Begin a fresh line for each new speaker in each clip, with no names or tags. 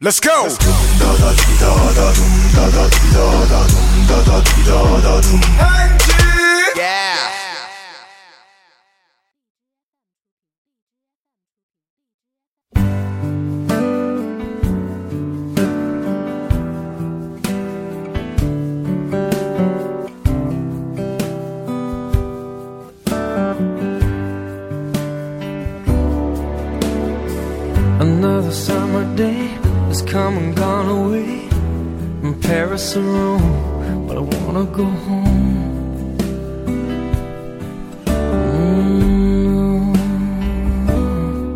Let's go. Yeah.
Another summer day has come and gone away. From Paris or Rome, but I wanna go home.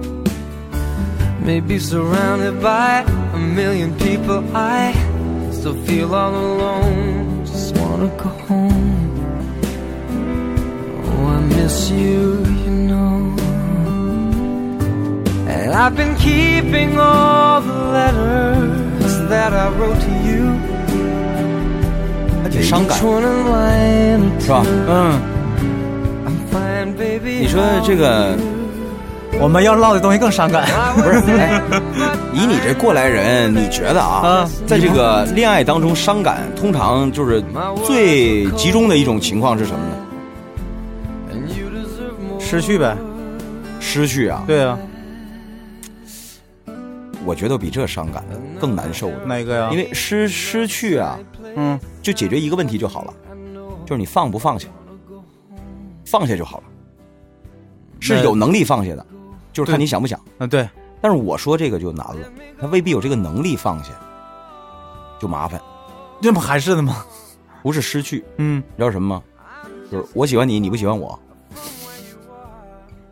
Mm. Maybe surrounded by a million people, I still feel all alone. Just wanna go home. Oh, I miss you, you know. And I've been keeping all the letters that I wrote to you.
还挺伤感
Each，one in line or
是吧？
嗯，
two. I'm fine, baby.
Uh. 你说这个，
我们要唠的东西更伤感。
不是，
以你这过来人，你觉得啊
啊，
在这个恋爱当中，伤感通常就是最集中的一种情况是什么呢？
失去呗，
失去啊，
对啊，
我觉得比这伤感的更难受的，
哪个呀？
因为失失去啊，
嗯，
就解决一个问题就好了，就是你放不放下，放下就好了，是有能力放下的，就是看
对
你想不想。
嗯，对，
但是我说这个就难了，他未必有这个能力放下，就麻烦。
这不还是的吗？
不是失去，
嗯，
你知道什么吗？就是我喜欢你，你不喜欢我，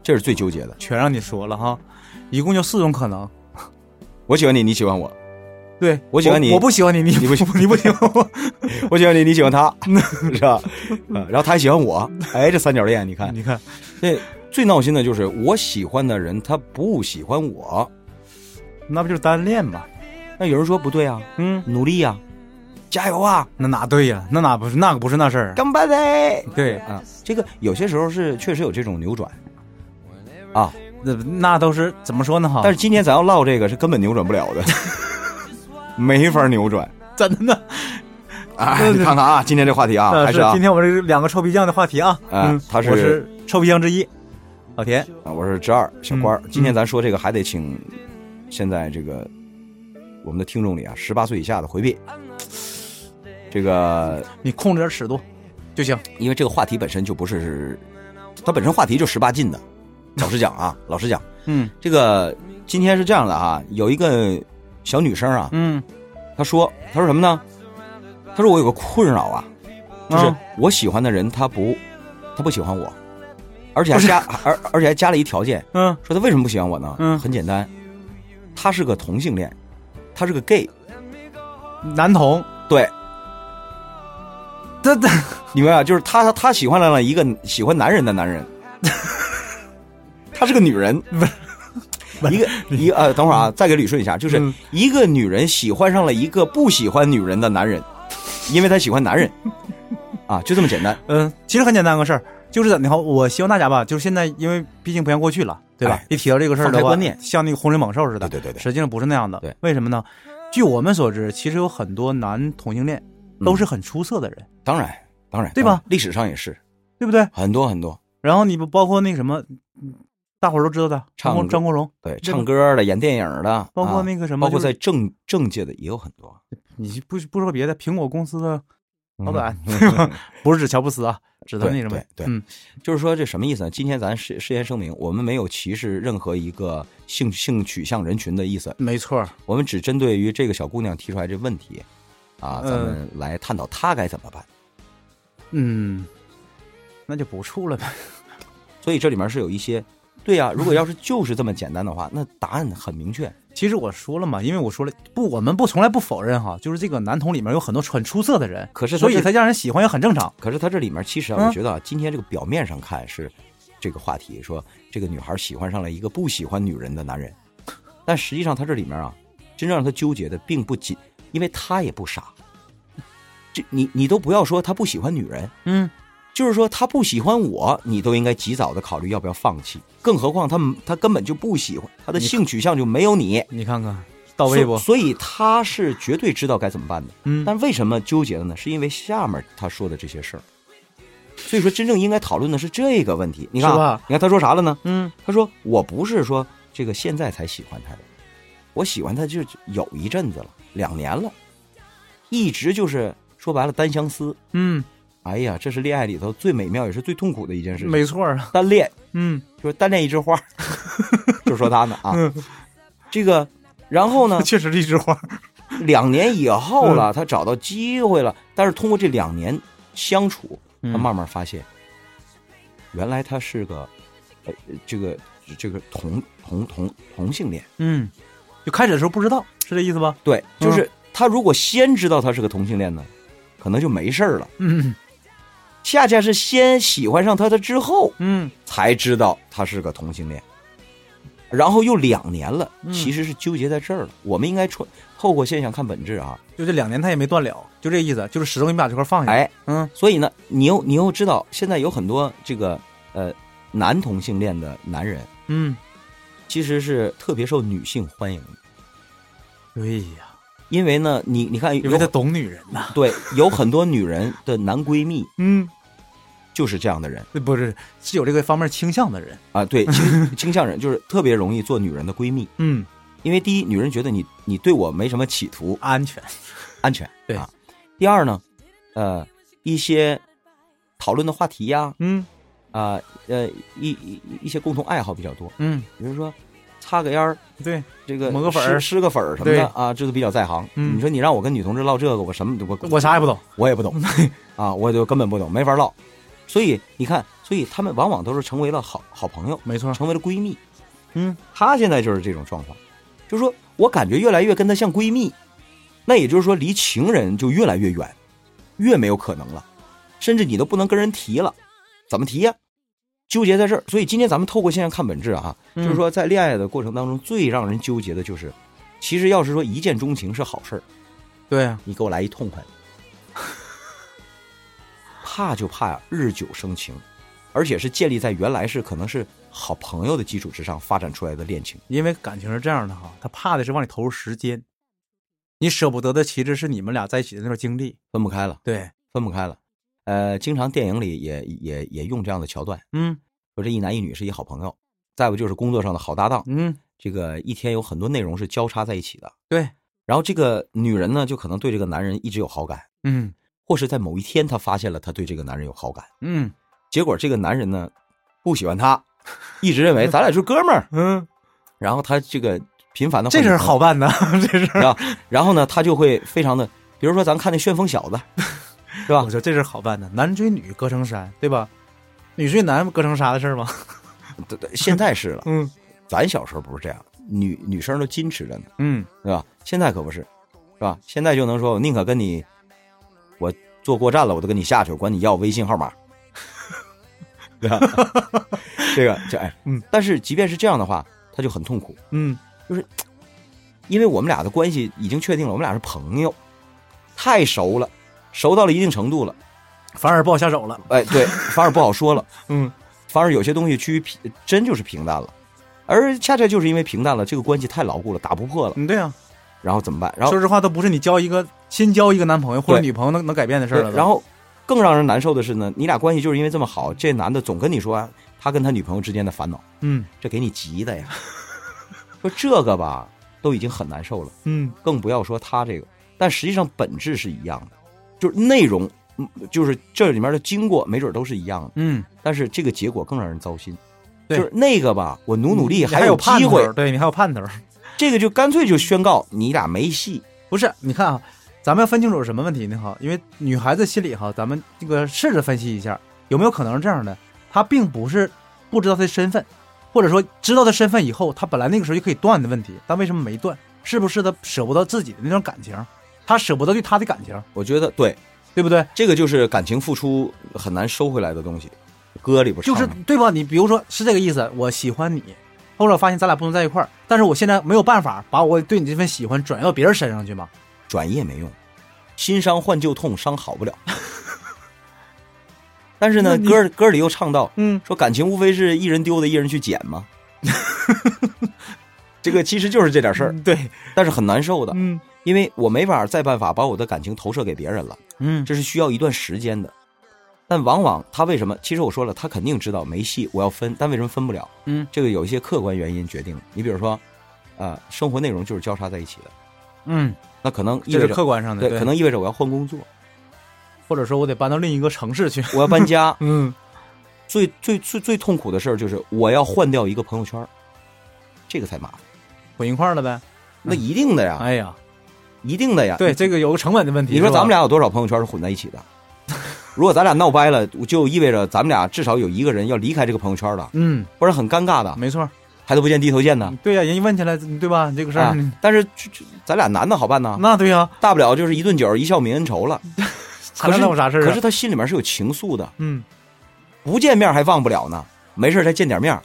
这是最纠结的。
全让你说了哈，一共就四种可能。
我喜欢你，你喜欢我；
对
我喜欢你
我不喜欢你，你
你不喜
你不喜欢我，
我喜欢你，你喜欢他， 是吧？啊然后他还喜欢我，哎，这三角恋，你看，
你看，
这最闹心的就是我喜欢的人他不喜欢我。
那不就是单恋吗？
那有人说不对啊，
嗯，
努力啊，加油啊，
那哪对呀？那哪不是那个不是那事儿？
干巴嘞！
对，
啊，这个有些时候是确实有这种扭转啊，
那那都是怎么说呢？哈，
但是今天咱要唠这个是根本扭转不了 的，没法扭转。
真的呢，
哎，你看看啊，今天这话题啊，
呃
还
是
是啊
今，天我们这两个臭皮匠的话题啊，
啊
嗯，
他是
我是臭皮匠之一，老田，
啊我是之二小官儿
嗯。
今天咱说这个还得请现在这个我们的听众里啊，十八岁以下的回避这个，
你控制点尺度就行。
因为这个话题本身就不是，它本身话题就十八禁的。老实讲啊，老实讲，
嗯
这个今天是这样的啊，有一个小女生啊，
嗯，
她说，她说什么呢？她说我有个困扰啊，就是我喜欢的人他不，他不喜欢我，而且还加而而且还加了一条件，
嗯
说他为什么不喜欢我呢？
嗯
很简单，他是个同性恋，他是个 gay，
嗯，男 童，
对，
这这
你明白吧？就是他他他喜欢上了一个喜欢男人的男 人，他是个女人， 一个一个呃，等会儿啊，再给捋顺一下，就是
嗯
一个女人喜欢上了一个不喜欢女人的男人，因为他喜欢男人，啊，就这么简 单，
嗯，其实很简单个事儿，就是怎的哈，我希望大家吧，就是现在，因为毕竟不像过去了，对吧
哎？
一提到这个事儿
放
的
开
话，
观念
像那个洪水猛兽似的，
对对对对
实际上不是那样的。
对，
为什么呢？据我们所知，其实有很多男同性恋都是很出色的人，
当然当然，
对吧
当然？历史上也是
对不对？
很多很多。
然后你不包括那个什么，嗯大伙儿都知道的张
唱
国
歌
张国荣，
对，
对吧
唱歌的、演电影的，
包括
啊
那个什么
包括
就是
在政政界的也有很多。
你不不说别的，苹果公司的
嗯
老板，对吧？不是指乔布斯啊，指他
对
那什么
对，对
嗯，
就是说这什么意思呢？今天咱事事先声明，我们没有歧视任何一个性性取向人群的意思，
没错儿，
我们只针对于这个小姑娘提出来这问题，啊，
嗯
咱们来探讨她该怎么办。
嗯，那就不处了呗，
所以这里面是有一些，对呀、如果要是就是这么简单的话，那答案很明确。
其实我说了嘛，因为我说了不，我们不从来不否认哈，就是这个男童里面有很多很出色的人，
可是他
所以
这
才让人喜欢也很正常。
可是它这里面其实啊，
嗯
我觉得啊，今天这个表面上看是这个话题，说这个女孩喜欢上了一个不喜欢女人的男人，但实际上它这里面啊，真正让她纠结的并不仅，因为她也不傻。这你你都不要说她不喜欢女人，
嗯，
就是说他不喜欢我，你都应该及早的考虑要不要放弃，更何况他他根本就不喜欢，他的性取向就没有你，
你看看到位不？
所以所以他是绝对知道该怎么办的。
嗯
但为什么纠结了呢？是因为下面他说的这些事儿。所以说，真正应该讨论的是这个问题。你看
是
啊
吧，
你看他说啥了呢？
嗯，
他说：“我不是说这个现在才喜欢他的，我喜欢他就有一阵子了，两年了，一直就是说白了单相思。
嗯，
哎呀，这是恋爱里头最美妙也是最痛苦的一件事情。
没 错啊，
单恋
嗯
就是单恋一枝花， 就说他呢啊，这个，然后呢，
确实是一枝花，
两年以后
嗯
了，他找到机会了，但是通过这两年相处，他
嗯
慢慢发现，原来他是个，呃，这个这个同同同同性恋。
嗯，就开始的时候不知道，是这意思吧？
对，就
嗯
是他如果先知道他是个同性恋呢，可能就没事儿了。
嗯
恰恰是先喜欢上他的之后，
嗯，
才知道他是个同性恋，然后又两年了，
嗯
其实是纠结在这儿了。我们应该穿透过现象看本质啊，
就这两年他也没断了，就这意思，就是始终你们俩这块放下。
哎，
嗯
所以呢，你又你又知道，现在有很多这个呃男同性恋的男人，
嗯，
其实是特别受女性欢迎的，
对哎呀，
因为呢，你你看
因为
有
他懂女人呐。
对有很多女人的男闺蜜
嗯，
就是这样的人
不是是有这个方面倾向的人。
啊，对 倾倾向人就是特别容易做女人的闺蜜，
嗯，
因为第一，女人觉得你你对我没什么企图，
安全。
安全
对
啊。第二呢，呃，一些讨论的话题呀、
嗯
啊，呃，一一一些共同爱好比较多，
嗯，
比如说擦个烟儿。
对，
这个
抹个粉
施
儿
施个粉儿什么
对
的啊，这都比较在行。
嗯
你说你让我跟女同志唠这个，我什么都我
我啥也不懂。
我也不 懂啊，我就根本不懂，没法唠。所以你看，所以他们往往都是成为了好好朋友，
没错。
成为了闺蜜。
嗯，
她现在就是这种状况，就是说我感觉越来越跟她像闺蜜，那也就是说离情人就越来越远，越没有可能了，甚至你都不能跟人提了，怎么提呀、纠结在这儿，所以今天咱们透过现象看本质啊，
嗯
就是说在恋爱的过程当中，最让人纠结的就是，其实要是说一见钟情是好事儿，
对啊呀，
你给我来一痛快， 怕就怕日久生情，而且是建立在原来是可能是好朋友的基础之上发展出来的恋情。
因为感情是这样的哈，他怕的是往里投入时间。你舍不得的其实是你们俩在一起的那段经历。
分不开了，
对，
分不开了。呃，经常电影里也也也用这样的桥段，
嗯
说这一男一女是一好朋友，再不就是工作上的好搭档。
嗯，
这个一天有很多内容是交叉在一起的。
对，
然后这个女人呢，就可能对这个男人一直有好感，
嗯
或是在某一天她发现了她对这个男人有好感，
嗯
结果这个男人呢不喜欢她，一直认为咱俩就是哥们儿。
嗯，
然后她这个频繁的
这事儿好办呐， 这事儿，
啊，然后呢，她就会非常的，比如说咱看那《旋风小子》，是吧
我？说这事儿好办呐，男追女隔层山，对吧？女追男隔层纱的事儿吗？
对对现在是了，
嗯
咱小时候不是这样，女女生都矜持着呢，
嗯，
对吧？现在可不是，是吧？现在就能说，我宁可跟你，我坐过站了，我都跟你下去，我管你要微信号码， 对吧？ 这个这哎，
嗯，
但是即便是这样的话，他就很痛苦，
嗯，
因为我们俩的关系已经确定了，我们俩是朋友，太熟了，熟到了一定程度了，
反而不好下手了。
哎，对，反而不好说了。
嗯，
反而有些东西趋于平，真就是平淡了，而恰恰就是因为平淡了，这个关系太牢固了，打不破了，
嗯，对啊，
然后怎么办？然后
说实话，都不是你交一个新交一个男朋友或者女朋友能能改变的事儿了
对
都。
然后更让人难受的是呢，你俩关系就是因为这么好，这男的总跟你说、他跟他女朋友之间的烦恼，
嗯
这给你急 的呀。说这个吧，都已经很难受了，
嗯，
更不要说他这个。但实际上本质是一样的，就是内容，嗯就是这里面的经过，没准都是一样的。
嗯，
但是这个结果更让人糟心。
对
就是那个吧，我努努力
你还
有
盼
机
头
会
儿，，对你还有盼头儿。
这个就干脆就宣告你俩没戏。
不是，你看啊，咱们要分清楚什么问题呢？哈，因为女孩子心里哈，咱们这个试着分析一下，有没有可能是这样的？她并不是不知道她的身份，或者说知道她身份以后，她本来那个时候就可以断的问题，但为什么没断？是不是她舍不得自己的那段感情？她舍不得对他的感情，
我觉得对，
对不 对？
这个就是感情付出很难收回来的东西。歌里边
就是
唱的
对吧？你比如说是这个意思，我喜欢你，后来我发现咱俩不能在一块儿，但是我现在没有办法把我对你这份喜欢转移到别人身上去嘛。
转移也没用，新伤换旧痛，伤好不了， 但是呢，
那你
歌歌里又唱到
嗯，
说感情无非是一人丢的，一人去捡嘛。 这个其实就是这点事儿，
对，
但是很难受的，
嗯
因为我没法再办法把我的感情投射给别人了，
嗯，
这是需要一段时间的。但往往他为什么？其实我说了，他肯定知道没戏，我要分，但为什么分不了？
嗯，
这个有一些客观原因决定的。你比如说，呃，生活内容就是交叉在一起的，
嗯，
那可能意
这
味
是
着
客观上的，
对，可能意味着我要换工作，
或者说我得搬到另一个城市去，。
我要搬家
嗯
最最最最痛苦的事儿就是我要换掉一个朋友圈儿，这个才麻烦。
混一块儿了呗。
那一定的呀，
嗯哎呀，
一定的呀。
对，这个有个成本的问题。
你说
是吧
咱们俩有多少朋友圈是混在一起的？如果咱俩闹掰了，就意味着咱们俩至少有一个人要离开这个朋友圈了，
嗯，
不然很尴尬的，
没错，
抬头不见低头见的。
对呀，人一问起来，对吧？这个事儿
啊，但是这这咱俩男的好办呐，
嗯那对呀，
大不了就是一顿酒一笑泯恩仇了。
还能有啥事儿啊？
可是他心里面是有情愫的，
嗯，
不见面还忘不了呢，没事再见点面儿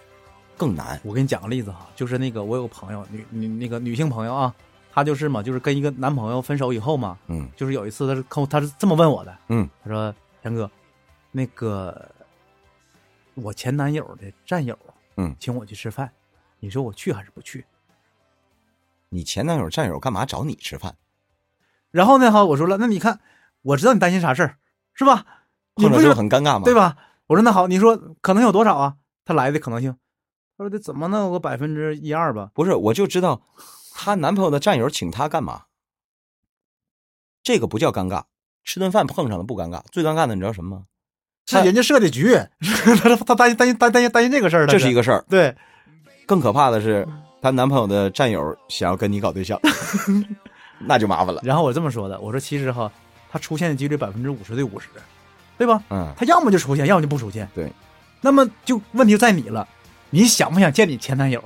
更难。
我给你讲个例子哈，就是那个我有个朋友，女女那个女性朋友啊，她就是嘛，就是跟一个男朋友分手以后嘛，
嗯
就是有一次她是跟我她是这么问我的，
嗯，
她说陈哥，那个我前男友的战友，啊
嗯
请我去吃饭，你说我去还是不去？
你前男友战友干嘛找你吃饭？
然后呢哈，我说了，那你看，我知道你担心啥事儿，是吧？你
碰
不
着就是很尴尬嘛。
对吧？我说那好，你说可能有多少啊？他来的可能性，他说得怎么能有个百分之一二吧？
不是，我就知道她男朋友的战友请她干嘛，这个不叫尴尬，吃顿饭碰上了不尴尬，最尴尬的你知道什么吗？
是人家设的局， 他他担心担心担担心担心这个事儿，
这是一
个
个事儿，
对，
更可怕的是
嗯
她男朋友的战友想要跟你搞对 象，那就麻烦了。
然后我这么说的，我说其实哈，他出现的几率百分之五十对五十，对吧？
嗯，
他要么就出现，要么就不出现。
对，
那么就问题就在你了，你想不想见你前男友？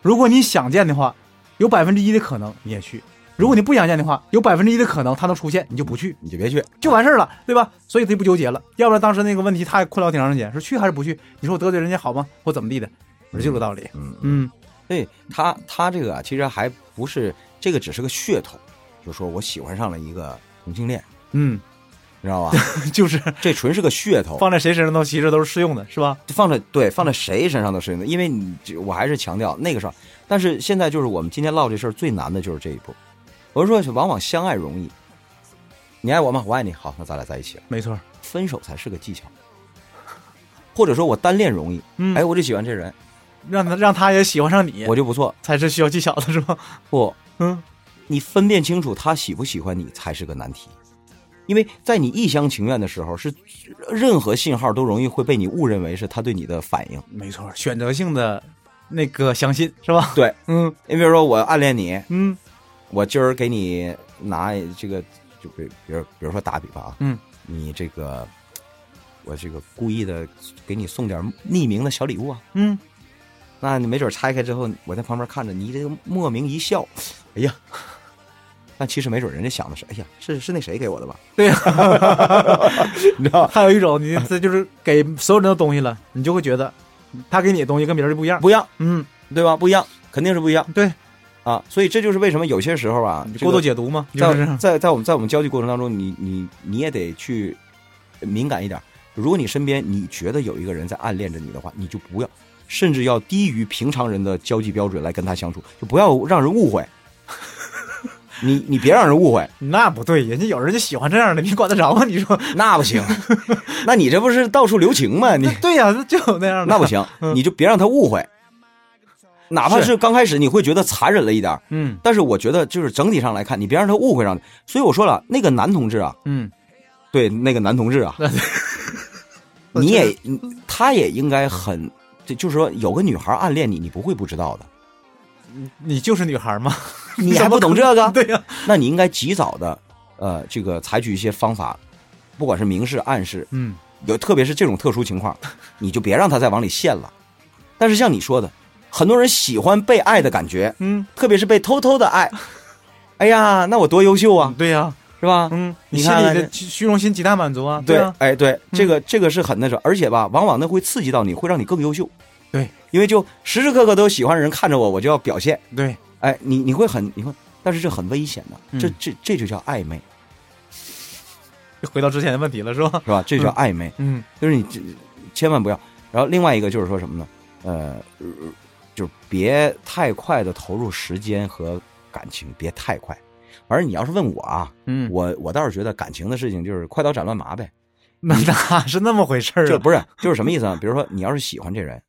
如果你想见的话，有百分之一的可能你也去；如果你不想见的话，有百分之一的可能他能出现，你就不去，
你就别去，
就完事儿了，对吧？所以他就不纠结了。要不然当时那个问题他也困扰挺长时间，说去还是不去？你说我得罪人家好吗？或怎么地的？我说就这个道理。
嗯
嗯
对她，她这个啊，其实还不是这个，只是个噱头，就说我喜欢上了一个同性恋，
嗯，
你知道吧？
就是
这纯是个噱头，
放在谁身上都其实都是适用的，是吧？
放在对放在谁身上都是，因为你这我还是强调那个事儿。但是现在就是我们今天唠这事儿最难的就是这一步。我是说，往往相爱容易，你爱我吗？我爱你，好，那咱俩在一起了。
没错。
分手才是个技巧，或者说我单恋容易，
嗯，
哎，我就喜欢这人，
让他让他也喜欢上你，
我就不错。
才是需要技巧的，是吧？
不，
嗯，
你分辨清楚他喜不喜欢你才是个难题，因为在你一厢情愿的时候，是任何信号都容易会被你误认为是他对你的反应。
没错，选择性的那个相信是吧？
对，
嗯
你比如说我暗恋你，
嗯
我今儿给你拿这个，就比比如比如说打比方啊，
嗯，
你这个我这个故意的给你送点匿名的小礼物啊，
嗯，
那你没准拆开之后，我在旁边看着你这个莫名一笑，哎呀， 但其实没准人家想的是，哎呀，是是那谁给我的吧？
对呀、
你知道
还有一种，你这就是给所有人的东西了，你就会觉得他给你的东西跟别人就不一样。
不一样，
嗯，
对吧？不一样，肯定是不一样
对，
啊！所以这就是为什么有些时候啊，
你
这
过度
个
解读嘛，就是
在在在我们在我们交际过程当中，你你你也得去敏感一点。如果你身边你觉得有一个人在暗恋着你的话，你就不要，甚至要低于平常人的交际标准来跟他相处，就不要让人误会。 你你别让人误会，
那不对，人家有人就喜欢这样的，你管得着吗？你说
那不行。 那你这不是到处留情吗？ 你
那对呀、就有那样的，
那不，行，你就别让他误会。哪怕
嗯是
是刚开始你会觉得残忍了一点儿，
嗯
但是我觉得就是整体上来看，你别让他误会上去。所以我说了，那个男同志啊，
嗯，
对那个男同志 啊，你也你他也应该很，这就是说有个女孩暗恋你，你不会不知道的，
你就是女孩嘛，
你还不懂这个？
对呀、
那你应该及早的，呃，这个采取一些方法，不管是明示暗示，
嗯，
有特别是这种特殊情 况，你就别让他再往里陷了。但是像你说的，很多人喜欢被爱的感觉，
嗯，
特别是被偷偷的爱。哎呀，那我多优秀啊，
对呀、
是吧？
嗯，
你
心
看
里
看
的虚虚荣心极大满足啊，
对，
啊，
哎，对，这个这个是很那什么，而且吧，往往那会刺激到你，会让你更优秀。
对，
因为就时时刻刻都有喜欢的人看着我，我就要表现。
对，
哎，你你会很你会，但是这很危险的，这
嗯
这这就叫暧昧。
回到之前的问题了，是吧？
是吧？这叫暧昧，
嗯
就是你这千万不要。然后另外一个就是说什么呢？呃，呃就是别太快的投入时间和感情，别太快。反正你要是问我啊，
嗯，
我我倒是觉得感情的事情就是快刀斩乱麻呗。
那哪是那么回事儿啊？
这不是就是什么意思啊？比如说你要是喜欢这人，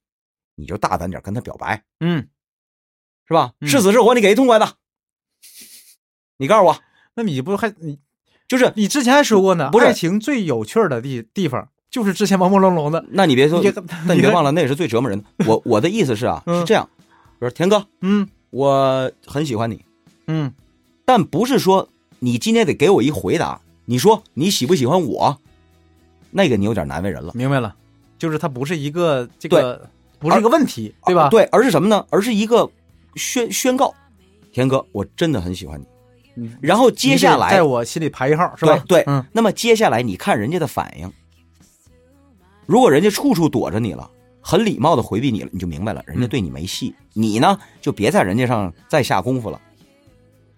你就大胆点跟他表白，
嗯，
是吧？
嗯
是死是活，你给一痛快的。你告诉我，
那你不还你
就是
你之前还说过呢？
不是
爱情最有趣儿的地地方，就是之前朦朦胧胧的。
那你别说
你，
但你别忘
了，
了，那也是最折磨人的。我我的意思是啊，
嗯
是这样，比如说田哥，
嗯
我很喜欢你，
嗯
但不是说你今天得给我一回答，你说你喜不喜欢我，那个你有点难为人了，
明白了，就是它不是一个这个，不是一个问题，对吧？
啊对，而是什么呢？而是一个宣宣告，田哥，我真的很喜欢你。
嗯，
然后接下
你得
来
在我心里排一号，是吧？
对对
嗯
那么接下来你看人家的反应，如果人家处处躲着你了，很礼貌的回避你了，你就明白了，
嗯
人家对你没戏。你呢，就别在人家上再下功夫了。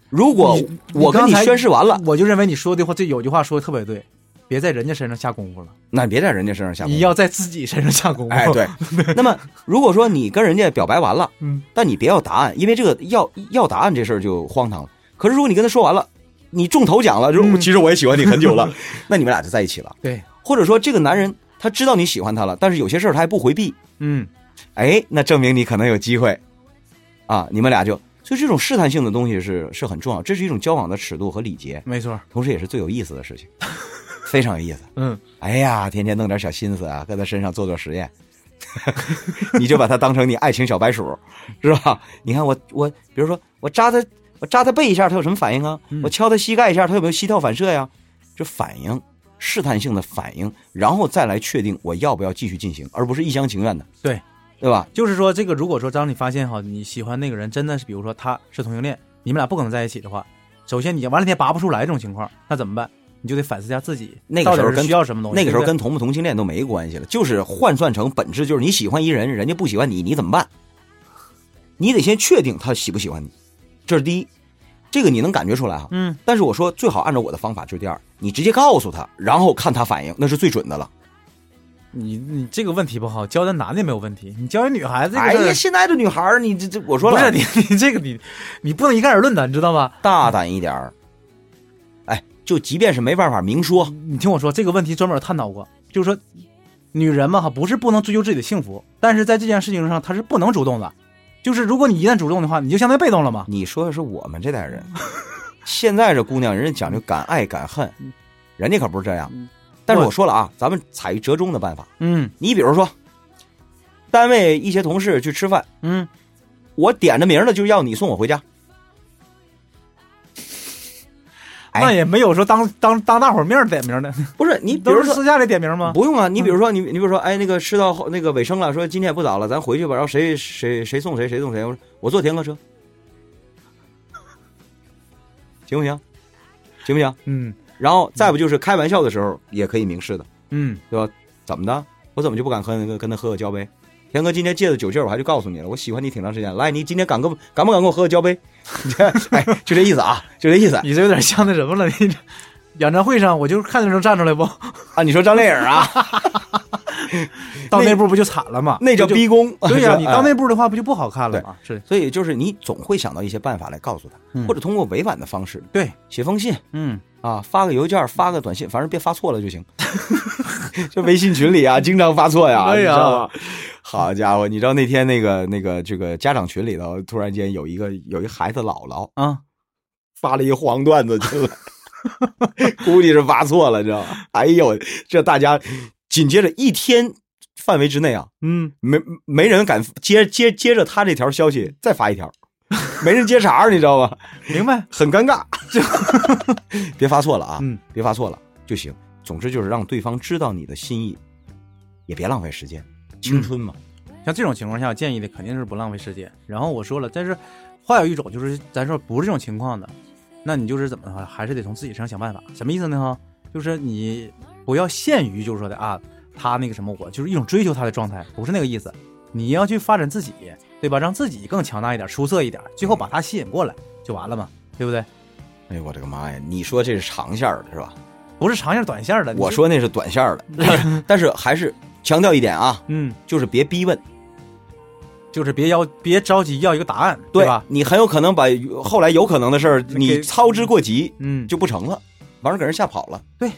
如果
你
我跟
刚
你
才
宣誓完了，
我就认为你说的话，这有句话说的特别对，别在人家身上下功夫了，
那你别在人家身上下功
你
夫。
要在自己身上下 功夫。
哎，对。那么如果说你跟人家表白完了，
嗯，
但你别要答案，因为这个要要答案这事儿就荒唐了。可是如果你跟他说完了，你中头奖了，就是
嗯
其实我也喜欢你很久 了，那你们俩就在一起了。
对，
或者说这个男人他知道你喜欢他了，但是有些事儿他还不回避，
嗯，
哎，那证明你可能有机会啊，你们俩就所以这种试探性的东西是是很重要，这是一种交往的尺度和礼节，
没错，
同时也是最有意思的事 情，非常有意思。
嗯，
哎呀，天天弄点小心思啊，搁他身上做做实验， 你就把他当成你爱情小白鼠，是吧？你看我我，比如说我扎他，我扎他背一下，他有什么反应啊？
嗯
我敲他膝盖一下，他有没有膝跳反射呀？这反应，试探性的反应，然后再来确定我要不要继续进行，而不是一厢情愿的。
对，
对吧？
就是说这个，如果说当你发现哈，你喜欢那个人真的是，比如说他是同性恋，你们俩不可能在一起的话，首先你完了你也拔不出来这种情况，那怎么办？你就得反思一下自己，
那个时候
到底是
跟
需要什么东西？
那个时候
对
跟同不同性恋都没关系了，就是换算成本质就是你喜欢一人，人家不喜欢你，你怎么办？你得先确定他喜不喜欢你，这是第一，这个你能感觉出来哈。
嗯，
但是我说最好按照我的方法，就是第二，你直接告诉他，然后看他反应，那是最准的了。
不对你你这个问题不好，教咱男的没有问题，你教一女孩子这个
哎
事儿
呀，现在这女孩儿，你这这，我说了，
不是你你这个你你不能一概而论的，你知道吗？
大胆一点儿。哎，就即便是没办法明说，
你听我说，这个问题专门探讨过，就是说，女人嘛哈，不是不能追求自己的幸福，但是在这件事情上，她是不能主动的。就是如果你一旦主动的话，你就相当于被动了嘛。
你说的是我们这代人，现在这姑娘人家讲究敢爱敢恨，
嗯
人家可不是这样。但是我说了啊，咱们采一折中的办法。
嗯
你比如说，单位一些同事去吃饭，
嗯，
我点着名儿了就要你送我回家，哎
那也没有说当当当大伙儿面儿点名的，
不是你比
都
如
是
说
私下里点名吗？嗯
不用啊，你比如说你你比如说哎那个吃到后那个尾声了，说今天也不早了，咱回去吧。然后谁谁谁送谁谁送谁，我说我坐田哥车，行不行？行不行？
嗯
然后再不就是开玩笑的时候也可以明示的。
嗯，
怎么的？我怎么就不敢跟跟他喝个交杯？田哥今天借的酒劲儿，我还就告诉你了，我喜欢你挺长时间了。哎来，你今天敢跟敢不敢跟我喝个交杯？ 你这哎，就这意思啊，就这意思
你这有点像那什么了，你这演唱会上我就看着能站出来不？
啊。你说张靓颖啊，
到
那
那步不就惨了吗？
那叫
就
逼 宫。
对
是
呀、
吧
你到
哎
那步的话不就不好看了吗？是，
所以就是你总会想到一些办法来告诉他，
嗯
或者通过委婉的方式
对，
写封信
嗯，
啊，发个邮件，发个短信，反正别发错了就行。 这微信群里啊，经常发错呀，
哎呀
你知道吗？好家伙，你知道那天那个那个这个家长群里头，突然间有一个有一孩子姥姥，
啊，
发了一黄段子进来， 估计是发错了，知道吗？哎呦，这大家紧接着一天范围之内啊，
嗯，
没没人敢接接接着他这条消息再发一条，没人接茬儿，你知道吗？
明白，
很尴尬， 别发错了啊，
嗯
别发错了就行。总之就是让对方知道你的心意，也别浪费时间，青春
嗯
嘛。
像这种情况下，建议的肯定是不浪费时间。然后我说了，但是话有一种就是咱说不是这种情况的，那你就是怎么的话，还是得从自己身上想办法。什么意思呢？哈，就是你不要限于就是说的啊，他那个什么我，就是一种追求他的状态，不是那个意思。你要去发展自己，对吧？让自己更强大一点，出色一点，最后把他吸引过来就完了嘛，对不对？
哎呦我这个妈呀！你说这是长线儿的是吧？
不是长线短线的。呃你
我
就，
说那是短线 儿的，但是还是强调一点啊，
嗯，
就是别逼问，
就是别要别着急要一个答案，
对
吧？
你很有可能把后来有可能的事儿你
给
操之过急
嗯，
就不成了，完事儿给人吓跑了，
对，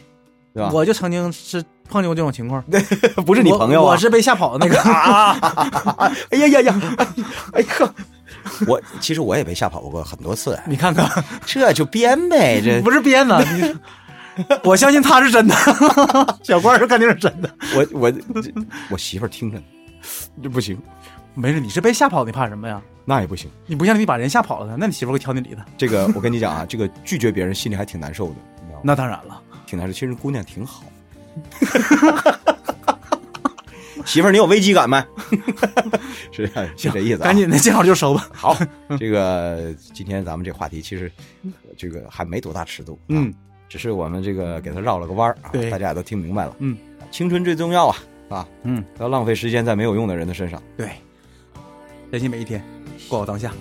对吧？
我就曾经是碰见过这种情况，
不是你朋友啊，
我，我是被吓跑的那个啊。
哎呀呀呀， 哎呵，我其实我也被吓跑过很多次，啊
你看 看，
这就编呗，这
不是编的，你呃我相信他是 真的，小官儿肯定是真的。
我我这我媳妇儿听着呢，这不行，
没事，你是被吓跑，你怕什么呀？
那也不行。
你不像你把人吓跑了，那你媳妇儿会挑你理的。
这个我跟你讲啊，这个拒绝别人心里还挺难受的，你知道吗？
那当然了，
挺难受。其实姑娘挺好， 媳妇儿你有危机感没？ 是这样是这意思、啊。
赶紧的，见好就收吧。
好，这个今天咱们这话题其实这个还没多大尺度、啊，
嗯，
只是我们这个给它绕了个弯儿啊，
对
大家也都听明白了。
嗯，
青春最重要啊啊，
嗯，
不要浪费时间在没有用的人的身上。
对，珍惜每一天，过好当下。